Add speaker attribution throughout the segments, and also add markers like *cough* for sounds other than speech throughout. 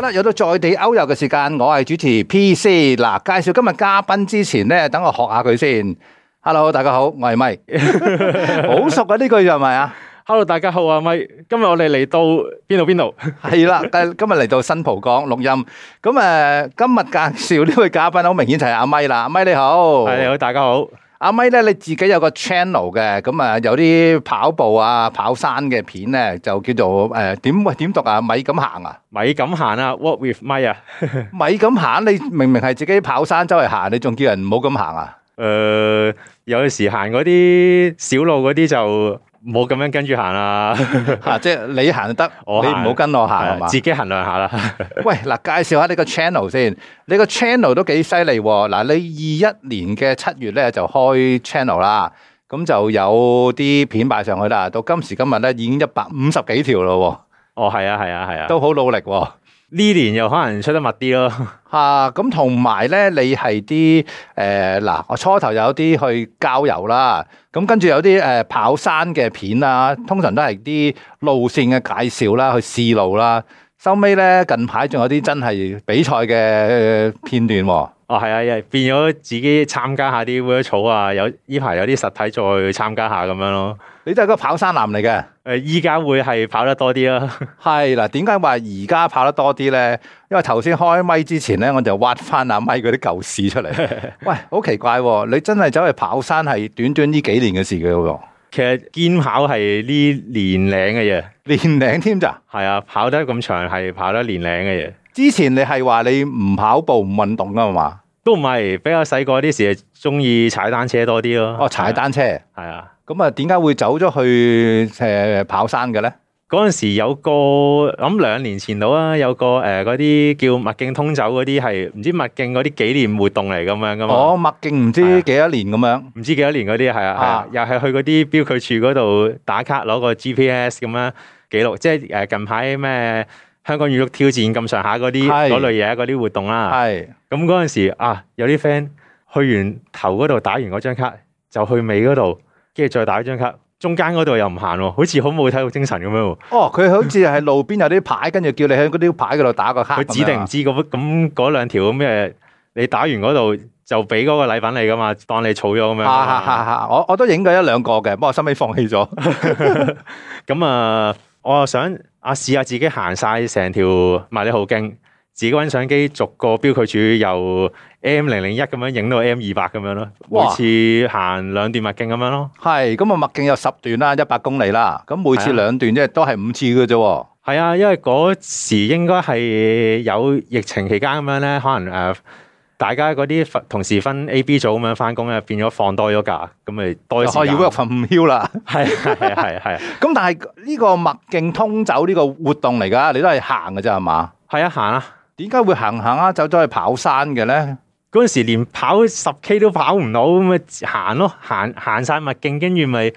Speaker 1: 啦，又到在地歐遊嘅時間，我係主持 P C。嗱，介紹今日嘉賓之前咧，等我學下佢先。Hello，大家好，我係咪，好熟啊呢句係咪啊？
Speaker 2: Hello，大家好啊，咪今日我哋嚟到邊度邊度？
Speaker 1: 係啦，但係今日嚟到新蒲崗錄音，咁誒、呃今日介紹呢位嘉賓，好明顯就係阿咪啦。阿咪你好，
Speaker 2: 哎係你好，大家好。
Speaker 1: 阿咪咧，你自己有個 channel 嘅，咁啊有啲跑步啊、跑山嘅片咧，就叫做誒點喂點讀啊？咪咁行啊？
Speaker 2: 咪咁行啊，Walk with 咪啊。
Speaker 1: 咪咁行？你明明係自己跑山周圍行，你仲叫人唔好咁行啊？
Speaker 2: 誒、呃有時行嗰啲小路嗰啲就冇咁樣跟住行啊啦，
Speaker 1: 嚇！啊即係你行就得，你
Speaker 2: 我行
Speaker 1: 唔好跟我行係
Speaker 2: 係
Speaker 1: 啊嘛？
Speaker 2: *laughs* 自己衡量下啦。
Speaker 1: 喂，嗱，介紹下你個 channel 先，你個 channel 都幾犀利喎！嗱，你二一年嘅七月咧就開 channel 啦，咁就有啲片擺上去啦。到今時今日咧已經一百五十幾條咯
Speaker 2: 哦，係啊，係啊，係
Speaker 1: 喎，
Speaker 2: 啊。
Speaker 1: 都好努力喎。
Speaker 2: 呢年又可能出得密啲咯。
Speaker 1: 啊，咁同埋咧，你係啲誒嗱，我初頭有啲去郊遊啦，咁跟住有啲誒、呃跑山嘅片啦，通常都係啲路線嘅介紹啦，去試路啦。收尾咧，近排仲有啲真係比賽嘅呃片段喎。
Speaker 2: 哦，係啊，又變咗自己參加下啲 virtual 啊，有呢排有啲實體再參加下咁樣咯。
Speaker 1: 你都係個跑山男嚟嘅。
Speaker 2: 誒、依家會係跑得多啲啦。
Speaker 1: 係嗱，點解話而家跑得多啲咧？因為頭先開咪之前咧，我就挖翻阿咪嗰啲舊事出嚟。喂，好奇怪喎！你真係走去跑山係短短呢幾年嘅事嘅喎，
Speaker 2: 其實兼跑係呢年齡嘅嘢。
Speaker 1: 年齡添咋？
Speaker 2: 係啊，跑得咁長係跑得年齡嘅嘢，
Speaker 1: 之前你係話你唔跑步唔運動噶嘛？
Speaker 2: 都唔係比較細個啲時係中意踩單車多啲咯。
Speaker 1: 哦，踩單車，
Speaker 2: 係啊，
Speaker 1: 咁啊點解會走咗去誒、呃跑山嘅咧？
Speaker 2: 嗰陣時有個諗兩年前到啊，有個誒嗰啲叫麥徑通走嗰啲係唔知麥徑嗰啲紀念活動嚟咁樣噶嘛。
Speaker 1: 我麥徑哦唔
Speaker 2: 係
Speaker 1: 知
Speaker 2: 啊
Speaker 1: 幾多年咁樣，
Speaker 2: 唔知幾多年嗰啲係啊，
Speaker 1: 啊
Speaker 2: 係啊，又係去嗰啲標距處嗰度打卡攞個 GPS 咁樣記錄，即係誒近排咩香港語錄挑戰咁上下嗰啲
Speaker 1: 係
Speaker 2: 嗰類嘢嗰啲活動啦。
Speaker 1: 係
Speaker 2: 咁嗰陣時啊，有啲 friend 去完頭嗰度打完嗰張卡，就去尾嗰度，跟住再打一張卡，中間嗰度又唔行喎，好似好冇體育精神咁樣喎。
Speaker 1: 哦，佢好似係路邊有啲牌，跟住叫你喺嗰啲牌嗰度打個卡咁樣啊。
Speaker 2: 佢指定唔知咁咁嗰兩條咁嘅，你打完嗰度就俾嗰個禮品你噶嘛，當你儲咗咁樣。
Speaker 1: 啊哈哈哈！我我都影過一兩個嘅，不過收尾放棄咗。
Speaker 2: 咁啊，我又想啊試下自己行晒成條麥理浩徑，自己揾相機逐個標距柱由 M 零零一咁樣影到 M 二百咁樣咯，每
Speaker 1: 哇
Speaker 2: 次行兩段麥徑咁樣咯。
Speaker 1: 係咁啊，麥徑有十段啦，一百公里啦，咁每
Speaker 2: 係
Speaker 1: 次
Speaker 2: 啊
Speaker 1: 兩段即係都係五次嘅啫喎。
Speaker 2: 係啊，因為嗰時應該係有疫情期間咁樣咧，可能誒、呃大家嗰啲分同時分 A、B 組咁樣翻工咧，變咗放多咗假，咁咪多
Speaker 1: 就
Speaker 2: 咗
Speaker 1: 可
Speaker 2: 時
Speaker 1: 以
Speaker 2: 間。
Speaker 1: 哦 work from hill 啦。
Speaker 2: 係係係係係
Speaker 1: 咁但係呢個麥徑通走呢個活動嚟㗎，你都係行嘅咋係嘛？
Speaker 2: 係啊行啊！
Speaker 1: 點解會行行下走咗去跑山嘅咧？
Speaker 2: 嗰陣時連跑十 K 都跑唔到，咁咪行咯，行行晒麥徑，跟住咪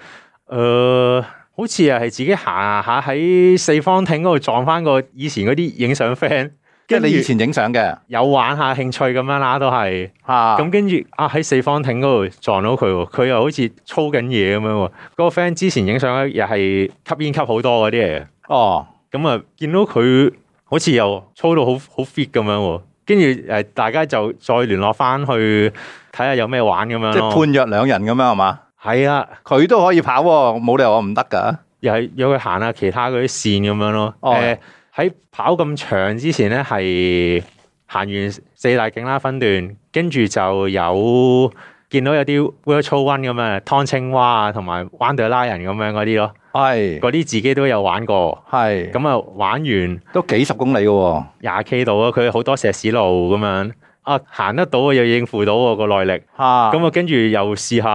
Speaker 2: 誒，好似係自己行下喺四方亭嗰度撞翻個以前嗰啲影相 friend，
Speaker 1: 即係
Speaker 2: 跟住
Speaker 1: 你以前影相嘅
Speaker 2: 有玩下興趣咁樣啦，都係。
Speaker 1: 嚇。
Speaker 2: 咁跟住啊喺四方亭嗰度撞到佢喎，佢又好似操緊嘢咁樣喎。嗰、個 friend 之前影相咧，又係吸煙吸好多嗰啲嚟嘅。
Speaker 1: 哦，
Speaker 2: 咁啊，見到佢好似又操到好好 fit 咁樣喎。跟住誒，大家就再聯絡翻去睇下有咩玩咁樣
Speaker 1: 即係
Speaker 2: 咯。
Speaker 1: 判若兩人咁樣係嘛？
Speaker 2: 係啊，
Speaker 1: 佢都可以跑喎，冇理由我唔得㗎。
Speaker 2: 又係有佢行下其他嗰啲線咁樣咯。誒、
Speaker 1: 哦
Speaker 2: 喺跑咁長之前咧，係行完四大景啦分段，跟住就有見到有啲 virtual one 咁樣，湯青蛙啊，同埋灣隊拉人咁樣嗰啲咯。
Speaker 1: 係
Speaker 2: 嗰啲自己都有玩過。
Speaker 1: 係，咁
Speaker 2: 咁啊，玩完。
Speaker 1: 都幾十公里嘅喎。
Speaker 2: 廿 K 度啊，佢好多石屎路咁樣啊，行得到啊，又應付到喎個耐力，
Speaker 1: 嚇
Speaker 2: 咁
Speaker 1: 咁
Speaker 2: 啊跟住又試下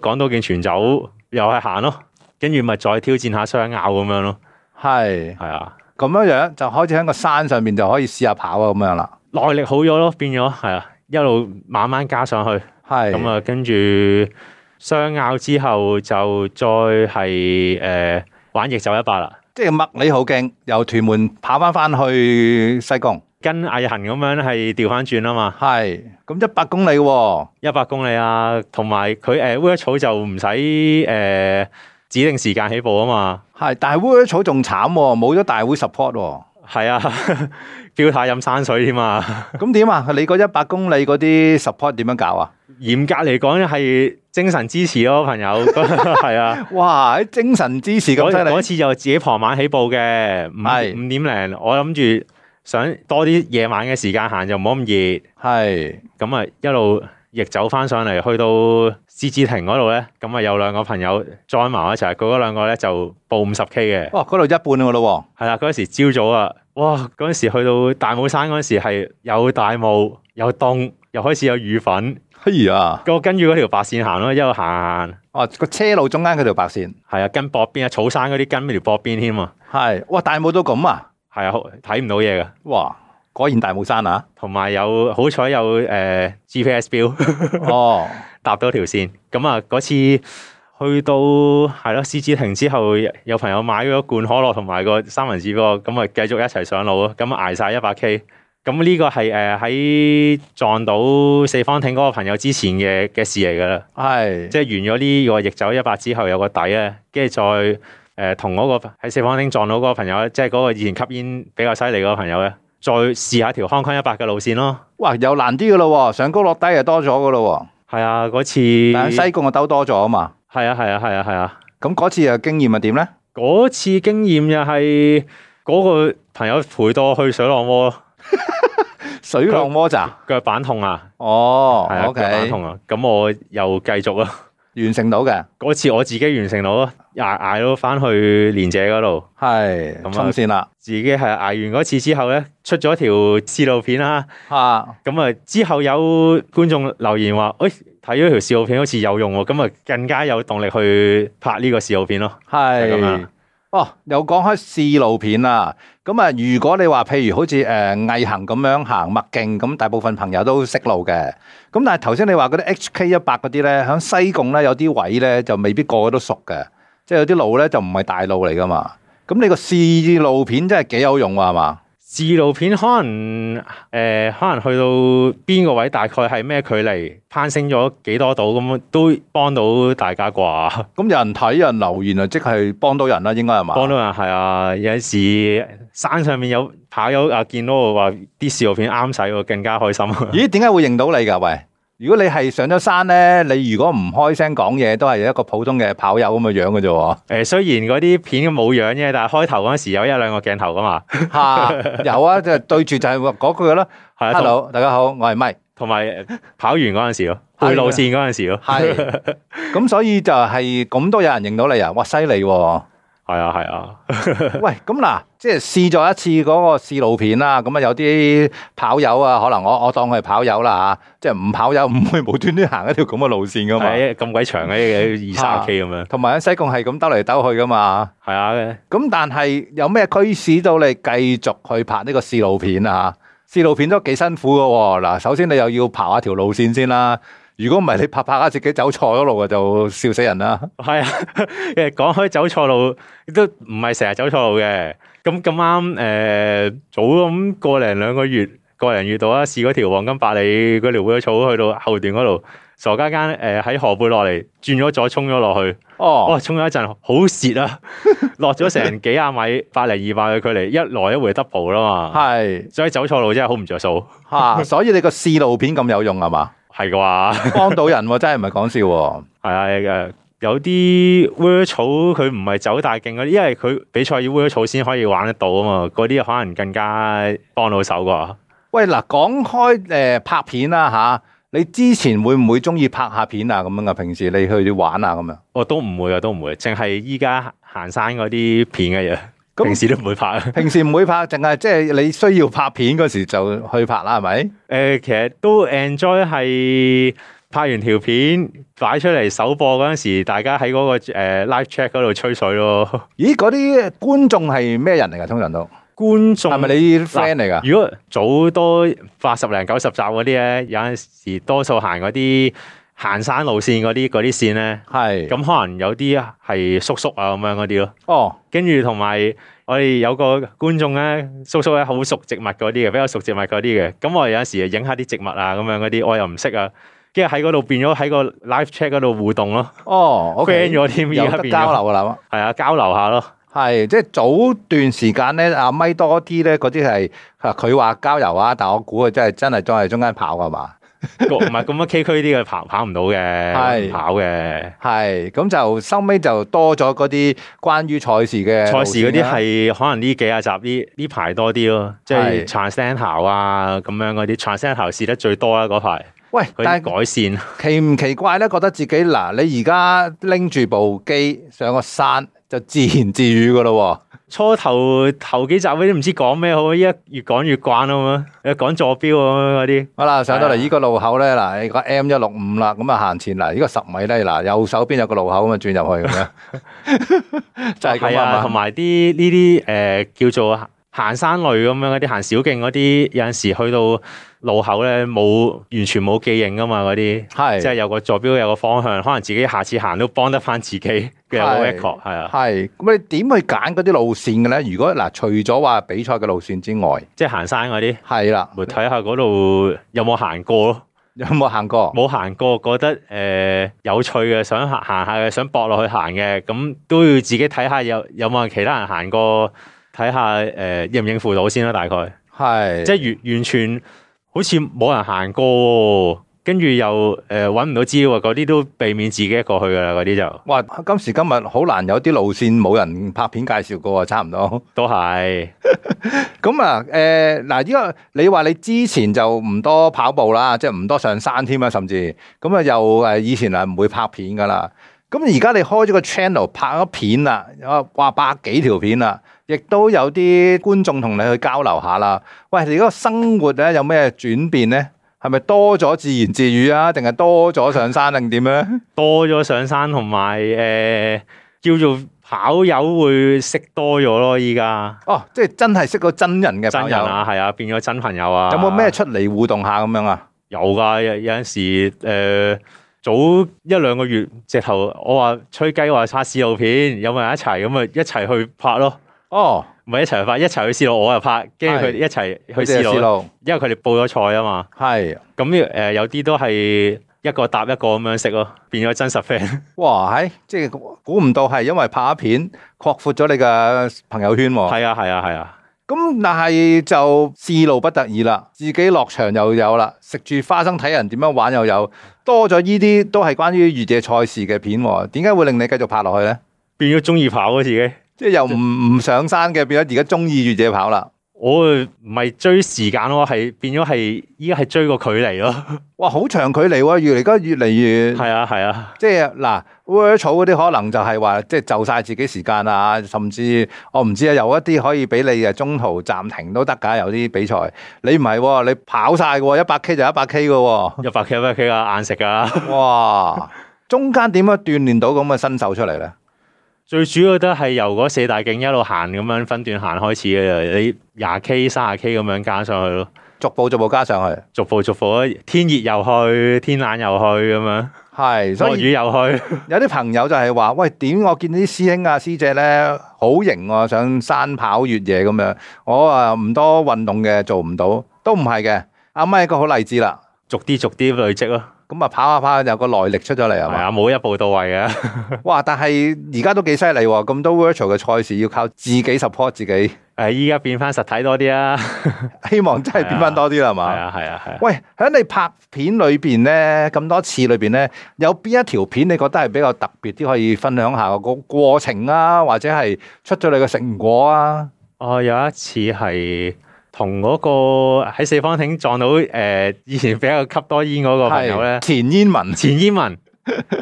Speaker 2: 港島徑全走，又係行咯，跟住咪再挑戰下雙拗咁樣咯，
Speaker 1: 係
Speaker 2: 係啊，
Speaker 1: 咁樣樣就開始喺個山上面就可以試下跑啊咁樣啦。
Speaker 2: 耐力好咗咯，變咗係啊，一路慢慢加上去，
Speaker 1: 係
Speaker 2: 咁啊跟住雙拗之後就再係誒、呃玩逆走一百啦。
Speaker 1: 即係麥理浩徑由屯門跑翻翻去西貢，
Speaker 2: 跟毅行咁樣係調翻轉啊嘛，
Speaker 1: 係咁一百公里喎。
Speaker 2: 一百公里啊，同埋佢誒 w o r 草就唔使誒指定時間起步啊嘛，
Speaker 1: 係，但係 w o r 草仲慘喎，冇咗大會 support 喎。
Speaker 2: 誒、係啊， *laughs* 標太飲山水添啊！
Speaker 1: 咁點啊？你嗰一百公里嗰啲 support 點樣搞啊？
Speaker 2: 嚴格嚟講係精神支持咯，朋友 *laughs* 係啊。
Speaker 1: 哇！精神支持咁
Speaker 2: 嗰
Speaker 1: 犀
Speaker 2: 嗰
Speaker 1: 利，
Speaker 2: 次就自己傍晚起步嘅，五
Speaker 1: 係
Speaker 2: 五點零，我諗住想多啲夜晚嘅時間行，就唔好咁
Speaker 1: 係
Speaker 2: 熱，咁啊一路逆走翻上嚟，去到獅子亭嗰度咧，咁啊有兩個朋友 join 埋我一齊，佢嗰兩個咧就報五十 K 嘅，
Speaker 1: 哇！嗰度一半㗎咯
Speaker 2: 係啦，嗰時朝早啊，哇！嗰時去到大帽山嗰時係有大霧，又凍，又開始有雨粉，
Speaker 1: 喎，哎呀！
Speaker 2: 我跟住嗰條白線行咯，一路行，
Speaker 1: 哦，個車路中間嗰條白線，
Speaker 2: 係啊，跟薄邊啊，草山嗰啲跟條薄邊添啊，
Speaker 1: 係哇！大霧到咁啊！
Speaker 2: 係啊，好睇唔到嘢㗎。
Speaker 1: 哇！果然大霧山
Speaker 2: *laughs*
Speaker 1: 啊！
Speaker 2: 同埋有好彩有誒、呃 GPS 表
Speaker 1: 哦，
Speaker 2: 搭到條線，咁啊嗰次去到係咯獅子亭之後，有朋友買咗罐可樂同埋個三文治俾我，咁啊繼續一齊上路啊，咁啊捱晒一百 K。咁呢個係誒喺撞到四方艇嗰個朋友之前嘅嘅事嚟㗎啦，
Speaker 1: 係
Speaker 2: 即係完咗呢個逆走一百之後有個底咧，跟住再呃誒同嗰個喺四方艇撞到嗰個朋友咧，即係嗰個以前吸煙比較犀利嗰個朋友咧，再試下條康坤一百嘅路線咯。
Speaker 1: 哇，又難啲噶咯，上高落低又多咗噶咯，
Speaker 2: 係啊，嗰次
Speaker 1: 但係西
Speaker 2: 係
Speaker 1: 貢就兜多咗啊嘛。
Speaker 2: 啊係啊係啊係啊，
Speaker 1: 咁嗰次嘅經驗係點咧？
Speaker 2: 嗰次經驗又係嗰個朋友陪到我去水浪窩，
Speaker 1: 水浪摩咋？
Speaker 2: 腳板痛啊，
Speaker 1: 哦
Speaker 2: 係啊腳
Speaker 1: ，OK，
Speaker 2: 板痛啊，咁我又繼續啊。
Speaker 1: 完成到嘅，
Speaker 2: 嗰次我自己完成到啊，捱捱到翻去連姐嗰度，
Speaker 1: 係
Speaker 2: 咁啊
Speaker 1: 衝線啦，
Speaker 2: 自己係捱完嗰次之後咧，出咗條試路片啦，
Speaker 1: 嚇
Speaker 2: 咁啊之後有觀眾留言話，誒睇咗條試路片好似有用喎，咁啊更加有動力去拍呢個試路片咯。係咁
Speaker 1: 係
Speaker 2: 啊。
Speaker 1: 哦，又講開試路片啦。咁啊，如果你話譬如好似誒毅行咁樣行麥徑，咁大部分朋友都識路嘅。咁但係頭先你話嗰啲 HK 一百嗰啲咧，喺西貢咧有啲位咧就未必個個都熟嘅，即係有啲路咧就唔係大路嚟噶嘛。咁你個試路片真係幾有用喎，係嘛？
Speaker 2: 試路片可能誒、呃可能去到邊個位，大概係咩距離，攀升咗幾多度咁，都幫到大家啩，
Speaker 1: 咁有人睇，有人留言啊，即係幫到人啦，應該係嘛？
Speaker 2: 幫到人係啊！有陣時山上面有跑友啊，見到我話啲試路片啱使喎，更加開心。 *laughs*
Speaker 1: 咦，點解會認到你㗎？喂，如果你係上咗山咧，你如果唔開聲講嘢，都係一個普通嘅跑友咁嘅樣嘅啫喎。
Speaker 2: 誒、雖然嗰啲片冇樣啫，但係開頭嗰陣時有一兩個鏡頭噶嘛，
Speaker 1: 吓、有啊，就對住就係嗰句啦。
Speaker 2: 係啊，同
Speaker 1: Hello，大家好，我係 Mike，
Speaker 2: 同埋跑完嗰陣
Speaker 1: *laughs*
Speaker 2: 時咯，去路線嗰陣時咯，
Speaker 1: 係咁，所以就係咁都有人認到你啊！哇，犀利喎！
Speaker 2: 係啊係啊，
Speaker 1: 喂，咁嗱，即係試咗一次嗰個試路片啦，咁啊有啲跑友啊，可能我我當佢係跑友啦吓，即係唔跑友唔會無端端行一條咁嘅啊路線噶嘛，
Speaker 2: 係啊咁鬼長嘅二三 K 咁樣，
Speaker 1: 同埋喺西貢係咁兜嚟兜去噶嘛，
Speaker 2: 係啊。
Speaker 1: 咁但係有咩驅使到你繼續去拍呢個試路片啊？試路片都幾辛苦噶喎，嗱，首先你又要爬下條路線先啦。如果唔係你拍拍下自己走錯咗路啊，就笑死人啦。
Speaker 2: 係啊， *laughs* 誒講開走錯路都唔係成日走錯路嘅。咁咁啱誒，早咁個零兩個月，個零月度啦，試嗰條黃金百里嗰條會草去到後段嗰度，傻更更誒喺河背落嚟，轉咗左衝咗落去，
Speaker 1: 哦，
Speaker 2: 哇！衝咗一陣好蝕啊， *laughs* 落咗成幾廿米，百零二百嘅距離，一來一回 double 啦嘛，
Speaker 1: 係
Speaker 2: 所以走錯路真係好唔着數，
Speaker 1: 吓、所以你個試路片咁有用係嘛？
Speaker 2: 係啩？
Speaker 1: 幫到人喎，真係唔係講笑喎。
Speaker 2: 係啊，誒有啲 w o r 草佢唔係走大徑嗰啲，因為佢比賽要 w o r 草先可以玩得到啊嘛，嗰啲可能更加幫到手啩。
Speaker 1: 喂，嗱，講開诶、呃拍片啦吓、你之前會唔會中意拍下片啊？咁樣噶，平時你去玩啊咁樣。
Speaker 2: 我都唔會啊，都唔會，淨係依家行山嗰啲片嘅嘢，
Speaker 1: 咁
Speaker 2: 平時都唔會拍。 *laughs* 誒、
Speaker 1: 平時唔會拍，淨係即係你需要拍片嗰時就去拍啦，係咪？
Speaker 2: 其實都 enjoy 係拍完條片擺出嚟首播嗰陣時，大家喺嗰、個誒、呃 live chat 嗰度吹水咯。
Speaker 1: 咦，嗰啲觀眾係咩人嚟㗎？通常都
Speaker 2: *laughs* 觀眾
Speaker 1: 係咪你 friend 嚟㗎？
Speaker 2: 如果早多八十零九十集嗰啲咧，有陣時多數行嗰啲行山路線嗰啲嗰啲線咧，
Speaker 1: 係
Speaker 2: 咁可能有啲係叔叔啊咁樣嗰啲咯。
Speaker 1: 哦，
Speaker 2: 跟住同埋我哋有個觀眾咧，叔叔咧好熟植物嗰啲嘅，比較熟植物嗰啲嘅。咁我有陣時影下啲植物啊咁樣嗰啲，我又唔識啊。跟住喺嗰度變咗喺個 live chat 嗰度互動咯
Speaker 1: 哦，OK，
Speaker 2: ，friend 咗添，而
Speaker 1: 有
Speaker 2: 家
Speaker 1: 得
Speaker 2: 變
Speaker 1: 交
Speaker 2: 咗
Speaker 1: 流㗎啦，
Speaker 2: 係啊，交流下咯。
Speaker 1: 係係即係早段時間咧，阿咪多啲咧，嗰啲係啊佢話郊遊啊，但我估佢真係真係都係中間跑㗎嘛。
Speaker 2: 唔係咁樣崎嶇啲嘅跑跑唔到嘅，
Speaker 1: 係
Speaker 2: 唔跑嘅。
Speaker 1: 係咁就收尾就多咗嗰啲關於賽事嘅
Speaker 2: 賽事嗰啲
Speaker 1: 路線啦
Speaker 2: 係可能呢幾廿集呢呢排多啲咯，即係
Speaker 1: 係
Speaker 2: transcendental 啊咁樣嗰啲 transcendental 試得最多啊啦嗰排，
Speaker 1: 喂，
Speaker 2: 佢
Speaker 1: 但係
Speaker 2: 啲改善。 *laughs*
Speaker 1: 奇唔奇怪咧？覺得自己嗱，你而家拎住部機上個山就自言自語㗎咯
Speaker 2: 初頭頭幾集嗰啲唔知講咩好，依家越講越慣啊嘛，又講坐標啊嗰啲，
Speaker 1: 喎。好啦，上到
Speaker 2: 係啊
Speaker 1: 嚟呢個路口咧，嗱，你個 M 一六五啦，咁啊行前嚟，呢個十米咧，嗱，右手邊有個路口咁啊轉入去咁
Speaker 2: *laughs*
Speaker 1: 樣，就係咁
Speaker 2: 係啊，
Speaker 1: 啊
Speaker 2: 同
Speaker 1: 嘛。
Speaker 2: 埋啲呢啲誒叫做行山類咁樣嗰啲，行小徑嗰啲，有陣時去到路口咧冇完全冇記認噶嘛嗰啲，
Speaker 1: 係
Speaker 2: 即係有個坐標有個方向，可能自己下次行都幫得翻自己嘅有個 r
Speaker 1: 係
Speaker 2: e c o 係啊，
Speaker 1: 係咁你點去揀嗰啲路線嘅咧？如果嗱，除咗話比賽嘅路線之外，
Speaker 2: 即係行山嗰啲。
Speaker 1: 係啦，
Speaker 2: 咪睇下嗰度有冇行過咯，
Speaker 1: 有冇行過？
Speaker 2: 冇行過覺得誒、呃有趣嘅，想行行下嘅，想搏落去行嘅，咁都要自己睇下有有冇人其他人行過，睇下誒應唔應付到先啦，大概
Speaker 1: 係
Speaker 2: 即係完完全好似冇人行過喎，跟住又誒揾唔到資料啊，嗰啲都避免自己一個去噶啦，嗰啲就
Speaker 1: 哇！今時今日好難有啲路線冇人拍片介紹過啊，差唔多。
Speaker 2: 都係
Speaker 1: 咁啊，誒嗱，呢個你話你之前就唔多跑步啦，即係唔多上山添啊，甚至咁啊，又誒以前係唔會拍片噶啦。咁而家你開咗個 channel 拍咗片啦，啊哇百幾條片啦，亦都有啲觀眾同你去交流下啦。喂，你嗰個生活咧有咩轉變咧？係咪多咗自言自語啊？定係多咗上山定點咧？
Speaker 2: 多咗上山同埋誒叫做跑友會識多咗咯，依家。
Speaker 1: 哦，即係真係識個真人嘅
Speaker 2: 真
Speaker 1: 朋
Speaker 2: 人
Speaker 1: 友。
Speaker 2: 啊，係啊，變咗真朋友啊。
Speaker 1: 有冇咩出嚟互動下咁樣啊？
Speaker 2: 有㗎，有有陣時誒、呃早一兩個月直頭，我話吹雞話拍試路片，有冇人一齊咁啊？一齊去拍咯，
Speaker 1: 哦，
Speaker 2: 咪一齊去拍，一齊去試路，我又拍，跟住佢
Speaker 1: 係
Speaker 2: 哋一齊去
Speaker 1: 佢哋
Speaker 2: 試
Speaker 1: 嘅思
Speaker 2: 路，
Speaker 1: 路
Speaker 2: 因為佢哋報咗賽啊嘛。
Speaker 1: 係，
Speaker 2: 咁誒、呃有啲都係一個搭一個咁樣識咯，變咗真實 friend。
Speaker 1: 哇，係即係估唔到係因為拍片擴闊咗你嘅朋友圈喎。
Speaker 2: 係啊，係啊，係啊。
Speaker 1: 咁但係就事路不得已啦，自己落場又有啦，食住花生睇人點樣玩又有，多咗呢啲都係關於越野賽事嘅片喎。點解會令你繼續拍落去咧？
Speaker 2: 變咗中意跑咯自己，
Speaker 1: 即係又唔唔上山嘅，變咗而家中意越野跑啦。
Speaker 2: 我唔係追時間咯，係變咗係依家係追個距離咯，
Speaker 1: 哇，好長距離喎，越嚟而家越嚟越
Speaker 2: 係啊係啊。
Speaker 1: 即係嗱 virtual 嗰啲可能就係話，即係就晒自己時間啊，甚至我唔知啊，有一啲可以俾你誒中途暫停都得㗎，有啲比賽你唔係喎，你跑晒嘅喎，一百 K 就一百 K 嘅
Speaker 2: *laughs*
Speaker 1: 喎，
Speaker 2: 一百 K 一百 K 啊，硬食噶。
Speaker 1: 哇！中間點樣鍛鍊到咁嘅新手出嚟咧？
Speaker 2: 最主要都係由嗰四大徑一路行咁樣分段行開始嘅，你廿 K、卅 K 咁樣加上去咯，
Speaker 1: 逐步逐步加上去，
Speaker 2: 逐步逐步，天熱又去，天冷又去咁樣，
Speaker 1: 係，所
Speaker 2: 落
Speaker 1: 以
Speaker 2: 雨又去， *laughs*
Speaker 1: 有啲朋友就係話：喂，點我見啲師兄啊師姐咧好型喎，上山跑越野咁樣，我啊唔多運動嘅做唔到，都唔係嘅。阿咪一個好例子啦。
Speaker 2: 逐啲逐啲累積咯。
Speaker 1: 咁啊，跑下跑下有個耐力出咗嚟係
Speaker 2: 係
Speaker 1: 嘛？
Speaker 2: 啊，冇一步到位嘅，
Speaker 1: 哇！但係而家都幾犀利喎，咁多 virtual 嘅賽事要靠自己 support 自己， *laughs*
Speaker 2: 誒啊依家變翻實體多啲啦。
Speaker 1: 希望真係變翻多啲啦，係
Speaker 2: 係
Speaker 1: 嘛？
Speaker 2: 啊，係啊，係啊。
Speaker 1: 喂，喺你拍片裏邊咧，咁多次裏邊咧，有邊一條片你覺得係比較特別啲，可以分享下個過程啊，或者係出咗你嘅成果啊？
Speaker 2: 我哦有一次係同嗰個喺四方亭撞到誒、以前比較吸多煙嗰個朋友咧
Speaker 1: 係。田煙 *laughs* 文
Speaker 2: 前煙民，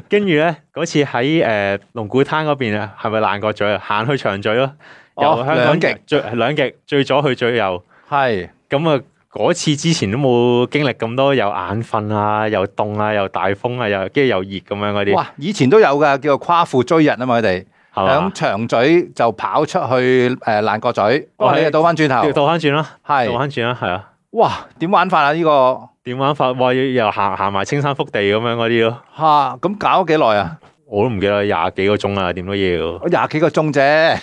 Speaker 2: 跟住咧嗰次喺誒龍鼓灘嗰邊啊，係咪爛角咀啊？行去長咀咯，由
Speaker 1: 哦
Speaker 2: 香港
Speaker 1: 兩極
Speaker 2: 最兩極最左去最右。
Speaker 1: 係
Speaker 2: 咁啊，嗰次之前都冇經歷咁多，又眼瞓啊，又凍啊，又大風啊，又跟住又熱咁樣嗰啲，
Speaker 1: 哇，以前都有㗎，叫做夸父追日啊嘛，佢哋
Speaker 2: 係嘛
Speaker 1: 響？長咀就跑出去誒爛角咀，不過你
Speaker 2: 哦
Speaker 1: 又倒翻轉
Speaker 2: 調
Speaker 1: 頭，
Speaker 2: 倒翻轉啦，
Speaker 1: 係
Speaker 2: 倒。翻轉啦，係啊。
Speaker 1: 哇，點玩法啊？呢、個
Speaker 2: 點玩法？哇！又行行埋青山福地咁樣嗰啲咯，
Speaker 1: 吓咁、搞咗幾耐啊？
Speaker 2: 我都唔記得廿幾個鐘啦，啊點都要
Speaker 1: 我廿幾個鐘啫，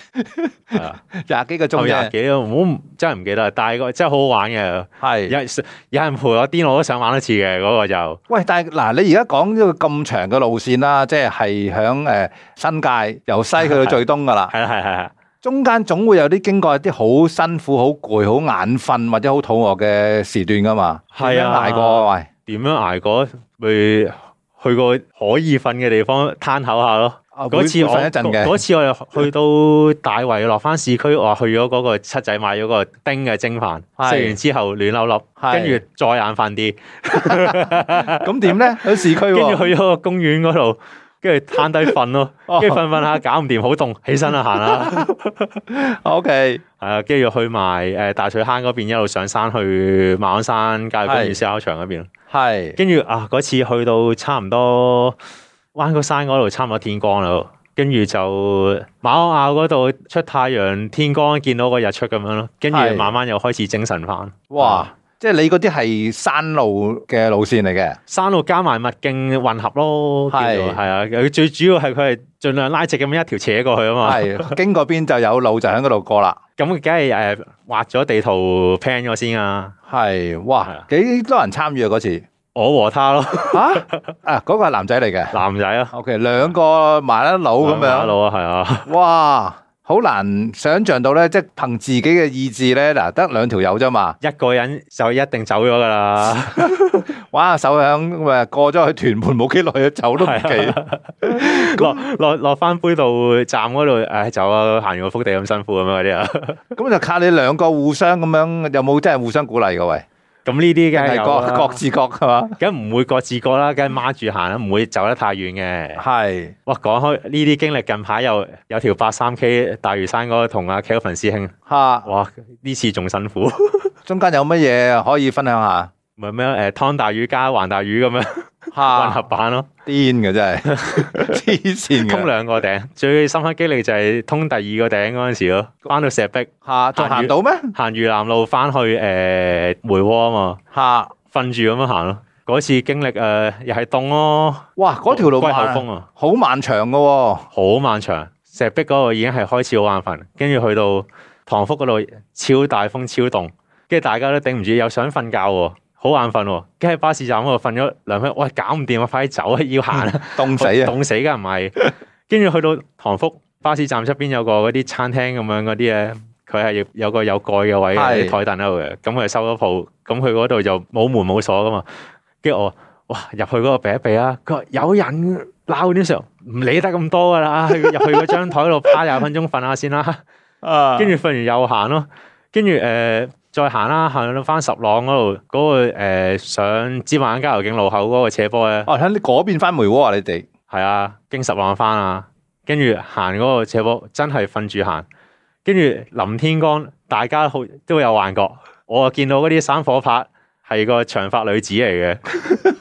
Speaker 1: *laughs*
Speaker 2: 係啊，
Speaker 1: *laughs* 廿幾個
Speaker 2: 係咪
Speaker 1: 鐘
Speaker 2: 廿
Speaker 1: 啫，
Speaker 2: 幾啊？我唔真係唔記得，但係個真係好好玩嘅。
Speaker 1: 係。
Speaker 2: 有人有人陪我癲，我都想玩一次嘅嗰、個就
Speaker 1: 喂，但係嗱，你而家講呢個咁長嘅路線啦，即係係響誒新界由西去到最東噶啦。
Speaker 2: 係啦係係係，
Speaker 1: 中間總會有啲經過一啲好辛苦、好攰、好眼瞓或者好肚餓嘅時段噶嘛，
Speaker 2: 係啊
Speaker 1: 捱過啊喂。
Speaker 2: 點樣捱過？咪去個可以瞓嘅地方攤口下咯。
Speaker 1: 啊
Speaker 2: 嗰次
Speaker 1: 會
Speaker 2: 我
Speaker 1: 會瞓一陣嘅
Speaker 2: 嗰嗰次我又去到大圍落翻市區，我去咗嗰個七仔買咗個丁嘅蒸飯，
Speaker 1: 係
Speaker 2: 食完之後亂溜溜，
Speaker 1: 係
Speaker 2: 跟住再眼瞓啲，
Speaker 1: 咁點咧？喺市區
Speaker 2: 跟住
Speaker 1: 喎，
Speaker 2: 去咗個公園嗰度，跟住攤低瞓咯，
Speaker 1: *laughs* 哦
Speaker 2: 跟住瞓瞓下搞唔掂，好凍，起身啦行啦，
Speaker 1: O K，
Speaker 2: 係啊，跟住去埋誒大水坑嗰邊一路上山去馬鞍山郊野公園
Speaker 1: 係
Speaker 2: 燒烤場嗰邊。
Speaker 1: 係
Speaker 2: 跟住啊，嗰次去到差唔多灣個山嗰度，差唔多天光啦。跟住就馬鞍坳嗰度出太陽，天光見到個日出咁樣咯。跟住
Speaker 1: 係
Speaker 2: 慢慢又開始精神翻。
Speaker 1: 哇！即係你嗰啲係山路嘅路線嚟嘅，
Speaker 2: 山路加埋物徑混合咯，
Speaker 1: 係
Speaker 2: 係係啊，佢最主要係佢係盡量拉直咁樣一條扯過去 *laughs* 啊嘛。
Speaker 1: 係經過邊就有路就喺嗰度過啦。
Speaker 2: 咁梗係誒畫咗地圖 plan 咗先啊。
Speaker 1: 係
Speaker 2: 係
Speaker 1: 哇
Speaker 2: 啊，
Speaker 1: 幾多人參與啊嗰
Speaker 2: *laughs*
Speaker 1: 次
Speaker 2: 我和他咯，
Speaker 1: 嚇啊！嗰個係男仔嚟嘅。
Speaker 2: 男仔啊，
Speaker 1: O K，兩個麻甩佬咁
Speaker 2: 馬
Speaker 1: 樣，
Speaker 2: 路啊，係啊，
Speaker 1: 哇！好難想像到咧，即係憑自己嘅意志咧，嗱得兩條友啫嘛，
Speaker 2: 一個人就一定走咗㗎啦。
Speaker 1: 玩下手響咁啊，過咗去屯門冇幾耐，走都唔
Speaker 2: 啊
Speaker 1: 記。
Speaker 2: *laughs* 落落落翻杯度站嗰度，唉，走啊，行完個福地咁辛苦咁樣嗰啲啊， *laughs*
Speaker 1: 咁就靠你兩個互相咁樣，有冇真係互相鼓勵嘅喂？
Speaker 2: 咁呢啲梗係
Speaker 1: 係
Speaker 2: 有啊啦
Speaker 1: 各各自各係嘛？
Speaker 2: 梗唔會各自各啦，梗係孖住行啦，唔會走得太遠
Speaker 1: *laughs*
Speaker 2: 嘅。
Speaker 1: 係
Speaker 2: 哇，講開呢啲經歷，近排又有條八三 K 大嶼山嗰個同阿 Kelvin 師兄，
Speaker 1: 嚇，
Speaker 2: 哇，呢次仲辛苦， *laughs*
Speaker 1: 中間有乜嘢可以分享下？
Speaker 2: 咪咩誒湯大魚加橫大魚咁樣混合
Speaker 1: 嚇，
Speaker 2: 版咯，
Speaker 1: 癲嘅真係，黐線
Speaker 2: 通
Speaker 1: 嘅
Speaker 2: 兩個頂。最深刻經歷就係通第二個頂嗰陣時咯，翻到石壁，
Speaker 1: 嚇，仲行到咩？
Speaker 2: 行魚南路翻去誒、呃梅窩啊嘛。
Speaker 1: 嚇，
Speaker 2: 瞓住咁樣行咯。嗰次經歷誒、呃又係凍咯，
Speaker 1: 哇！嗰條路
Speaker 2: 歸後
Speaker 1: 漫
Speaker 2: 風啊，
Speaker 1: 好漫長嘅喎，
Speaker 2: 好漫長。石壁嗰度已經係開始好眼瞓，跟住去到塘福嗰度超大風超凍，跟住大家都頂唔住，又想瞓覺喎，好眼瞓喎。跟住喺巴士站嗰度瞓咗兩分鐘，喂搞唔掂啊，快啲走啊，要行啊，
Speaker 1: 凍死啊！
Speaker 2: 凍死㗎唔係。跟住去到塘福巴士站側邊有個嗰啲餐廳咁樣嗰啲咧，佢係有個有蓋嘅位
Speaker 1: 係
Speaker 2: 嘅台凳喺度嘅，咁佢收咗鋪，咁佢嗰度就冇門冇鎖噶嘛。跟住我哇入去嗰個避一避啦，佢話有人鬧啲時候唔理得咁多噶啦，入去嗰張台度趴廿分鐘瞓下先啦。
Speaker 1: 啊
Speaker 2: 跟住瞓完又行咯，跟住誒再行啦，行到翻十朗嗰度嗰個誒上尖馬交流徑路口嗰個斜坡啊咧。
Speaker 1: 哦，喺嗰邊翻梅窩啊！你
Speaker 2: *laughs*
Speaker 1: 哋
Speaker 2: 係啊，經十浪翻啊，跟住行嗰個斜坡，真係瞓住行，跟住臨天光，大家好都有幻覺。我見到嗰啲散火拍係個長髮女子嚟嘅，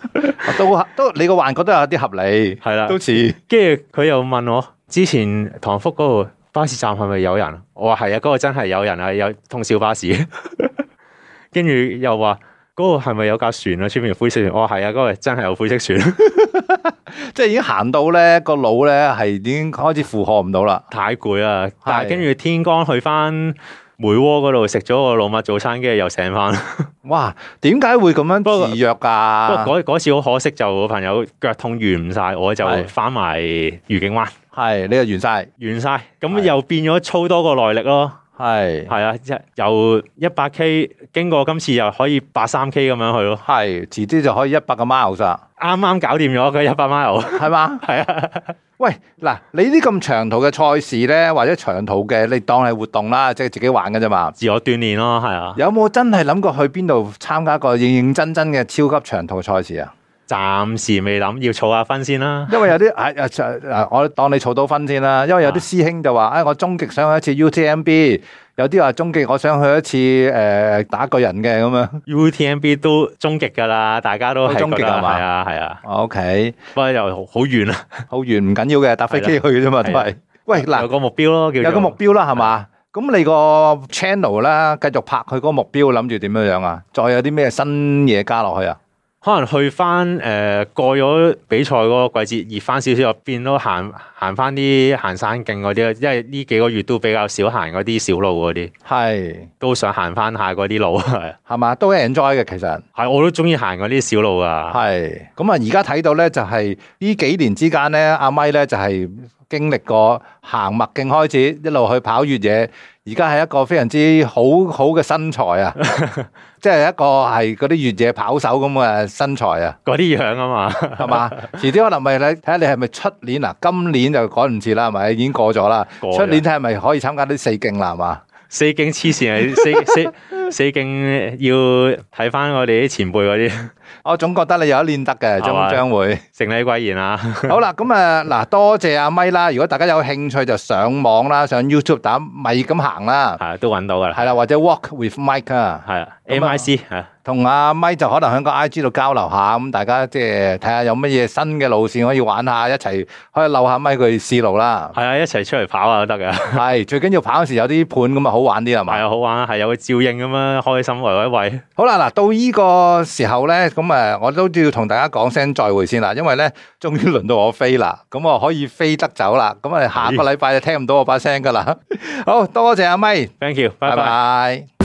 Speaker 1: 都都你個幻覺都有啲合理，
Speaker 2: 係啦、
Speaker 1: 都似
Speaker 2: 跟住佢又問我，之前塘福嗰度巴士站係咪有人？我話係啊，嗰、個真係有人啊，有通宵巴士。 *laughs* 跟住又話嗰、個係咪有架船啊？出面有灰色船，我話係啊，嗰、個真係有灰色船，
Speaker 1: 即係已經行到咧個腦咧係已經開始負荷唔到啦。
Speaker 2: 太攰啦。但
Speaker 1: 係
Speaker 2: 係跟住天光去翻梅窩嗰度食咗個老麥早餐，跟住又醒翻。
Speaker 1: 哇！點解會咁
Speaker 2: 不過
Speaker 1: 樣自虐
Speaker 2: 不
Speaker 1: 㗎？
Speaker 2: 過嗰嗰次好可惜，就我朋友腳痛完唔晒，我就
Speaker 1: 係
Speaker 2: 翻埋愉景灣
Speaker 1: 係你就完晒，
Speaker 2: 完晒，咁
Speaker 1: 係
Speaker 2: 又變咗操多個耐力咯。
Speaker 1: 係
Speaker 2: 係啊，即係由一百 K 經過今次又可以八三 K 咁樣去咯，
Speaker 1: 係，遲啲就可以一百個 mile 啦，
Speaker 2: 啱啱搞掂咗佢一百 mile，
Speaker 1: 係嘛？
Speaker 2: 係啊，
Speaker 1: 喂，嗱，你呢咁長途嘅賽事咧，或者長途嘅，你當係活動啦，即係自己玩嘅啫嘛。
Speaker 2: 自我鍛鍊咯，係啊，
Speaker 1: 有冇真係諗過去邊度參加個認認真真嘅超級長途賽事啊？
Speaker 2: 暫時未諗，要儲下分先啦，
Speaker 1: 因為有啲 *laughs* 啊啊就啊，我當你儲到分先啦。因為有啲師兄就話：，唉、我終極想去一次 UTMB，有啲話終極我想去一次誒、呃打巨人嘅咁樣。
Speaker 2: UTMB 都終極㗎啦，大家都係
Speaker 1: 都終極
Speaker 2: 覺得
Speaker 1: 㗎嘛
Speaker 2: 係啊係啊，
Speaker 1: 哦 OK，
Speaker 2: 不過又好好遠啊，
Speaker 1: 好遠唔緊要嘅，搭飛機去嘅啫嘛，都係。喂，嗱
Speaker 2: 有，個目標咯，叫做
Speaker 1: 有個目標啦，係嘛？咁你個 channel 啦，繼續拍佢嗰個目標，諗住點樣樣啊？再有啲咩新嘢加落去啊？
Speaker 2: 可能去翻誒、呃、過咗比賽嗰個季節熱翻少少，變咗行行翻啲行山徑嗰啲，因為呢幾個月都比較少行嗰啲小路嗰啲，
Speaker 1: 係
Speaker 2: 都想行翻下嗰啲路 *laughs* 係
Speaker 1: 係嘛？都 enjoy 嘅其實
Speaker 2: 係我都中意行嗰啲小路啊，
Speaker 1: 係咁啊！而家睇到咧，就係呢幾年之間咧，阿咪咧就係經歷過行麥徑開始，一路去跑越野，而家係一個非常之好好嘅身材啊！即係一個係嗰啲越野跑手咁嘅身材啊！
Speaker 2: 嗰啲樣啊嘛， *laughs*
Speaker 1: 係嘛？遲啲可能咪你睇下你係咪出年啊？今年就趕唔切啦，係咪已經過咗啦？
Speaker 2: 過咗
Speaker 1: 出年睇係咪可以參加啲四徑啦？係嘛？
Speaker 2: 四徑黐線啊！ *laughs* 四四四徑要睇翻我哋啲前輩嗰啲， *laughs*
Speaker 1: 我總覺得你有一練得嘅，
Speaker 2: 係
Speaker 1: 將
Speaker 2: 嘛 *laughs*
Speaker 1: 將會。
Speaker 2: 成李貴賢啊， *laughs*
Speaker 1: 好啦，咁啊嗱，多謝阿咪啦。如果大家有興趣就上網啦，上 YouTube 打咪咁行啦，
Speaker 2: 係都揾到噶啦，
Speaker 1: 係啦，或者 Walk with Mike 啊，
Speaker 2: 係啦
Speaker 1: 咁啊
Speaker 2: ，M I C 係啊
Speaker 1: 同阿咪就可能喺個 IG 度交流下，咁大家即係睇下有乜嘢新嘅路線可以玩下，一齊可以溜下咪佢試
Speaker 2: *laughs*
Speaker 1: 路啦。
Speaker 2: 係啊，一齊出嚟跑啊都得㗎，
Speaker 1: 係最緊要跑嗰時有啲伴咁啊，好玩啲係嘛
Speaker 2: 係？啊好玩啊，係有個照應咁樣開心喂喂喂，
Speaker 1: 好啦，嗱，到呢個時候咧，咁啊，我都要同大家講聲再會先啦，因為咧，終於輪到我飛啦，咁我可以飛得走啦，呃咁啊，下個禮拜就聽唔到我把聲噶啦。好多謝阿咪，
Speaker 2: thank you，拜
Speaker 1: 拜
Speaker 2: 拜。
Speaker 1: 拜。